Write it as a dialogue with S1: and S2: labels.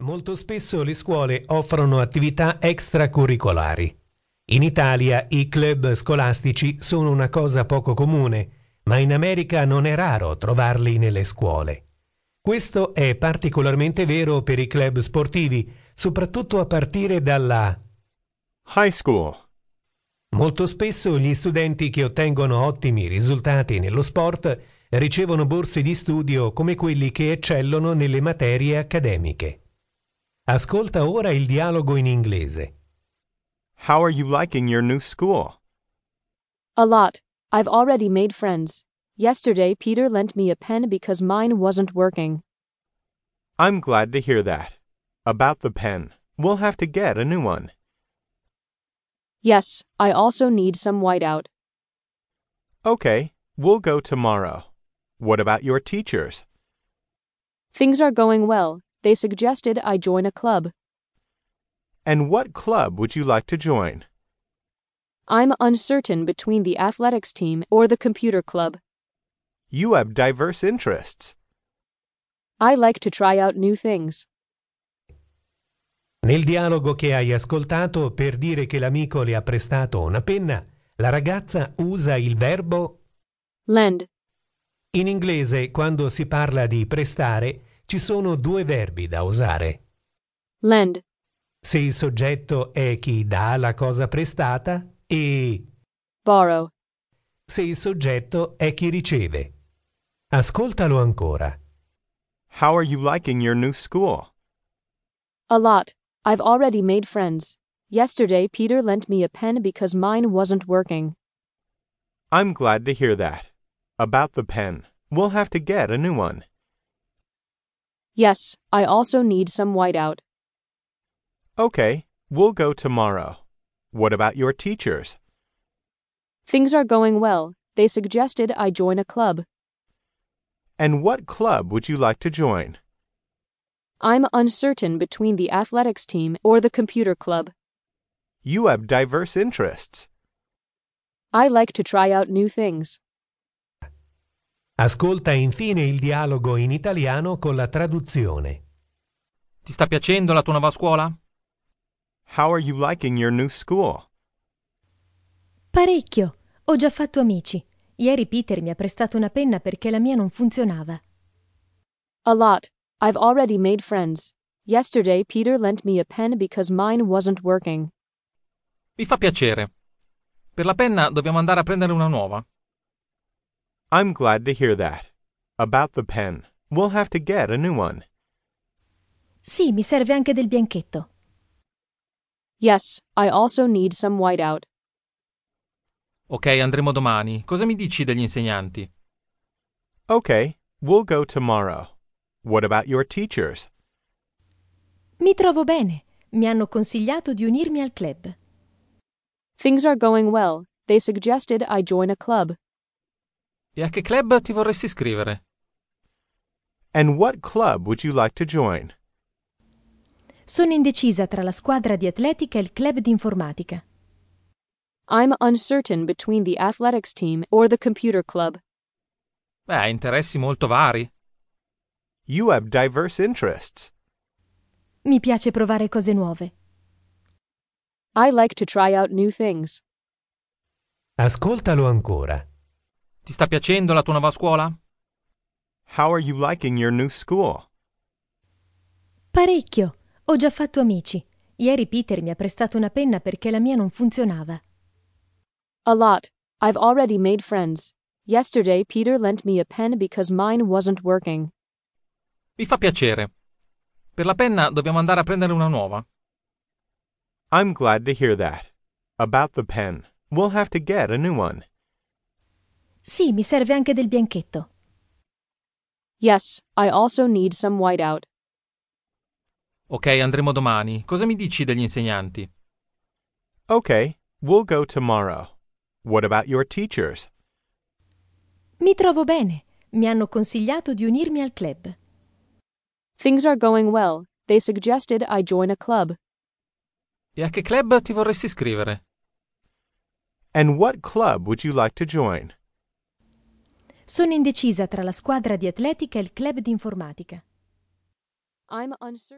S1: Molto spesso le scuole offrono attività extracurricolari. In Italia i club scolastici sono una cosa poco comune, ma in America non è raro trovarli nelle scuole. Questo è particolarmente vero per i club sportivi, soprattutto a partire dalla
S2: high school,
S1: Molto spesso gli studenti che ottengono ottimi risultati nello sport ricevono borse di studio come quelli che eccellono nelle materie accademiche. Ascolta ora il dialogo in inglese.
S2: How are you liking your new school?
S3: A lot. I've already made friends. Yesterday, Peter lent me a pen because mine wasn't working.
S2: I'm glad to hear that. About the pen, we'll have to get a new one.
S3: Yes, I also need some whiteout.
S2: Okay, we'll go tomorrow. What about your teachers?
S3: Things are going well. They suggested I join a club.
S2: And what club would you like to join?
S3: I'm uncertain between the athletics team or the computer club.
S2: You have diverse interests.
S3: I like to try out new things.
S1: Nel dialogo che hai ascoltato, per dire che l'amico le ha prestato una penna, la ragazza usa il verbo
S3: Lend.
S1: In inglese, quando si parla di prestare, ci sono due verbi da usare.
S3: Lend.
S1: Se il soggetto è chi dà la cosa prestata e
S3: Borrow.
S1: se il soggetto è chi riceve. Ascoltalo ancora.
S2: How are you liking your new school?
S3: A lot. I've already made friends. Yesterday, Peter lent me a pen because mine wasn't working.
S2: I'm glad to hear that. About the pen, we'll have to get a new one.
S3: Yes, I also need some whiteout.
S2: Okay, we'll go tomorrow. What about your teachers?
S3: Things are going well. They suggested I join a club.
S2: And what club would you like to join?
S3: I'm uncertain between the athletics team or the computer club.
S2: You have diverse interests.
S3: I like to try out new things.
S1: Ascolta infine il dialogo in italiano con la traduzione.
S4: Ti sta piacendo la tua nuova scuola?
S2: How are you liking your new school?
S5: Parecchio. Ho già fatto amici. Ieri Peter mi ha prestato una penna perché la mia non funzionava.
S3: A lot. I've already made friends. Yesterday, Peter lent me a pen because mine wasn't working.
S4: Mi fa piacere. Per la penna dobbiamo andare a prendere una nuova.
S2: I'm glad to hear that. About the pen, we'll have to get a new one.
S5: Sì, mi serve anche del bianchetto.
S3: Yes, I also need some whiteout.
S4: Ok, andremo domani. Cosa mi dici degli insegnanti?
S2: Okay, we'll go tomorrow. What about your teachers?
S5: Mi trovo bene. Mi hanno consigliato di unirmi al club.
S3: Things are going well. They suggested I join a club.
S4: E a che club ti vorresti iscrivere?
S2: And what club would you like to join?
S5: Sono indecisa tra la squadra di atletica e il club di informatica.
S3: I'm uncertain between the athletics team or the computer club.
S4: Beh, hai interessi molto vari.
S2: You have diverse interests.
S5: Mi piace provare cose nuove.
S3: I like to try out new things.
S1: Ascoltalo ancora.
S4: Ti sta piacendo la tua nuova scuola?
S2: How are you liking your new school?
S5: Parecchio. Ho già fatto amici. Ieri Peter mi ha prestato una penna perché la mia non funzionava.
S3: A lot. I've already made friends. Yesterday, Peter lent me a pen because mine wasn't working.
S4: Mi fa piacere. Per la penna dobbiamo andare a prendere una nuova.
S2: I'm glad to hear that. About the pen, we'll have to get a new one.
S5: Sì, mi serve anche del bianchetto.
S3: Yes, I also need some whiteout.
S4: Ok, andremo domani. Cosa mi dici degli insegnanti?
S2: Okay, we'll go tomorrow. What about your teachers?
S5: Mi trovo bene. Mi hanno consigliato di unirmi al club.
S3: Things are going well. They suggested I join a club.
S4: E a che club ti vorresti iscrivere?
S2: And what club would you like to join?
S5: Sono indecisa tra la squadra di atletica e il club di informatica.
S3: I'm uncertain.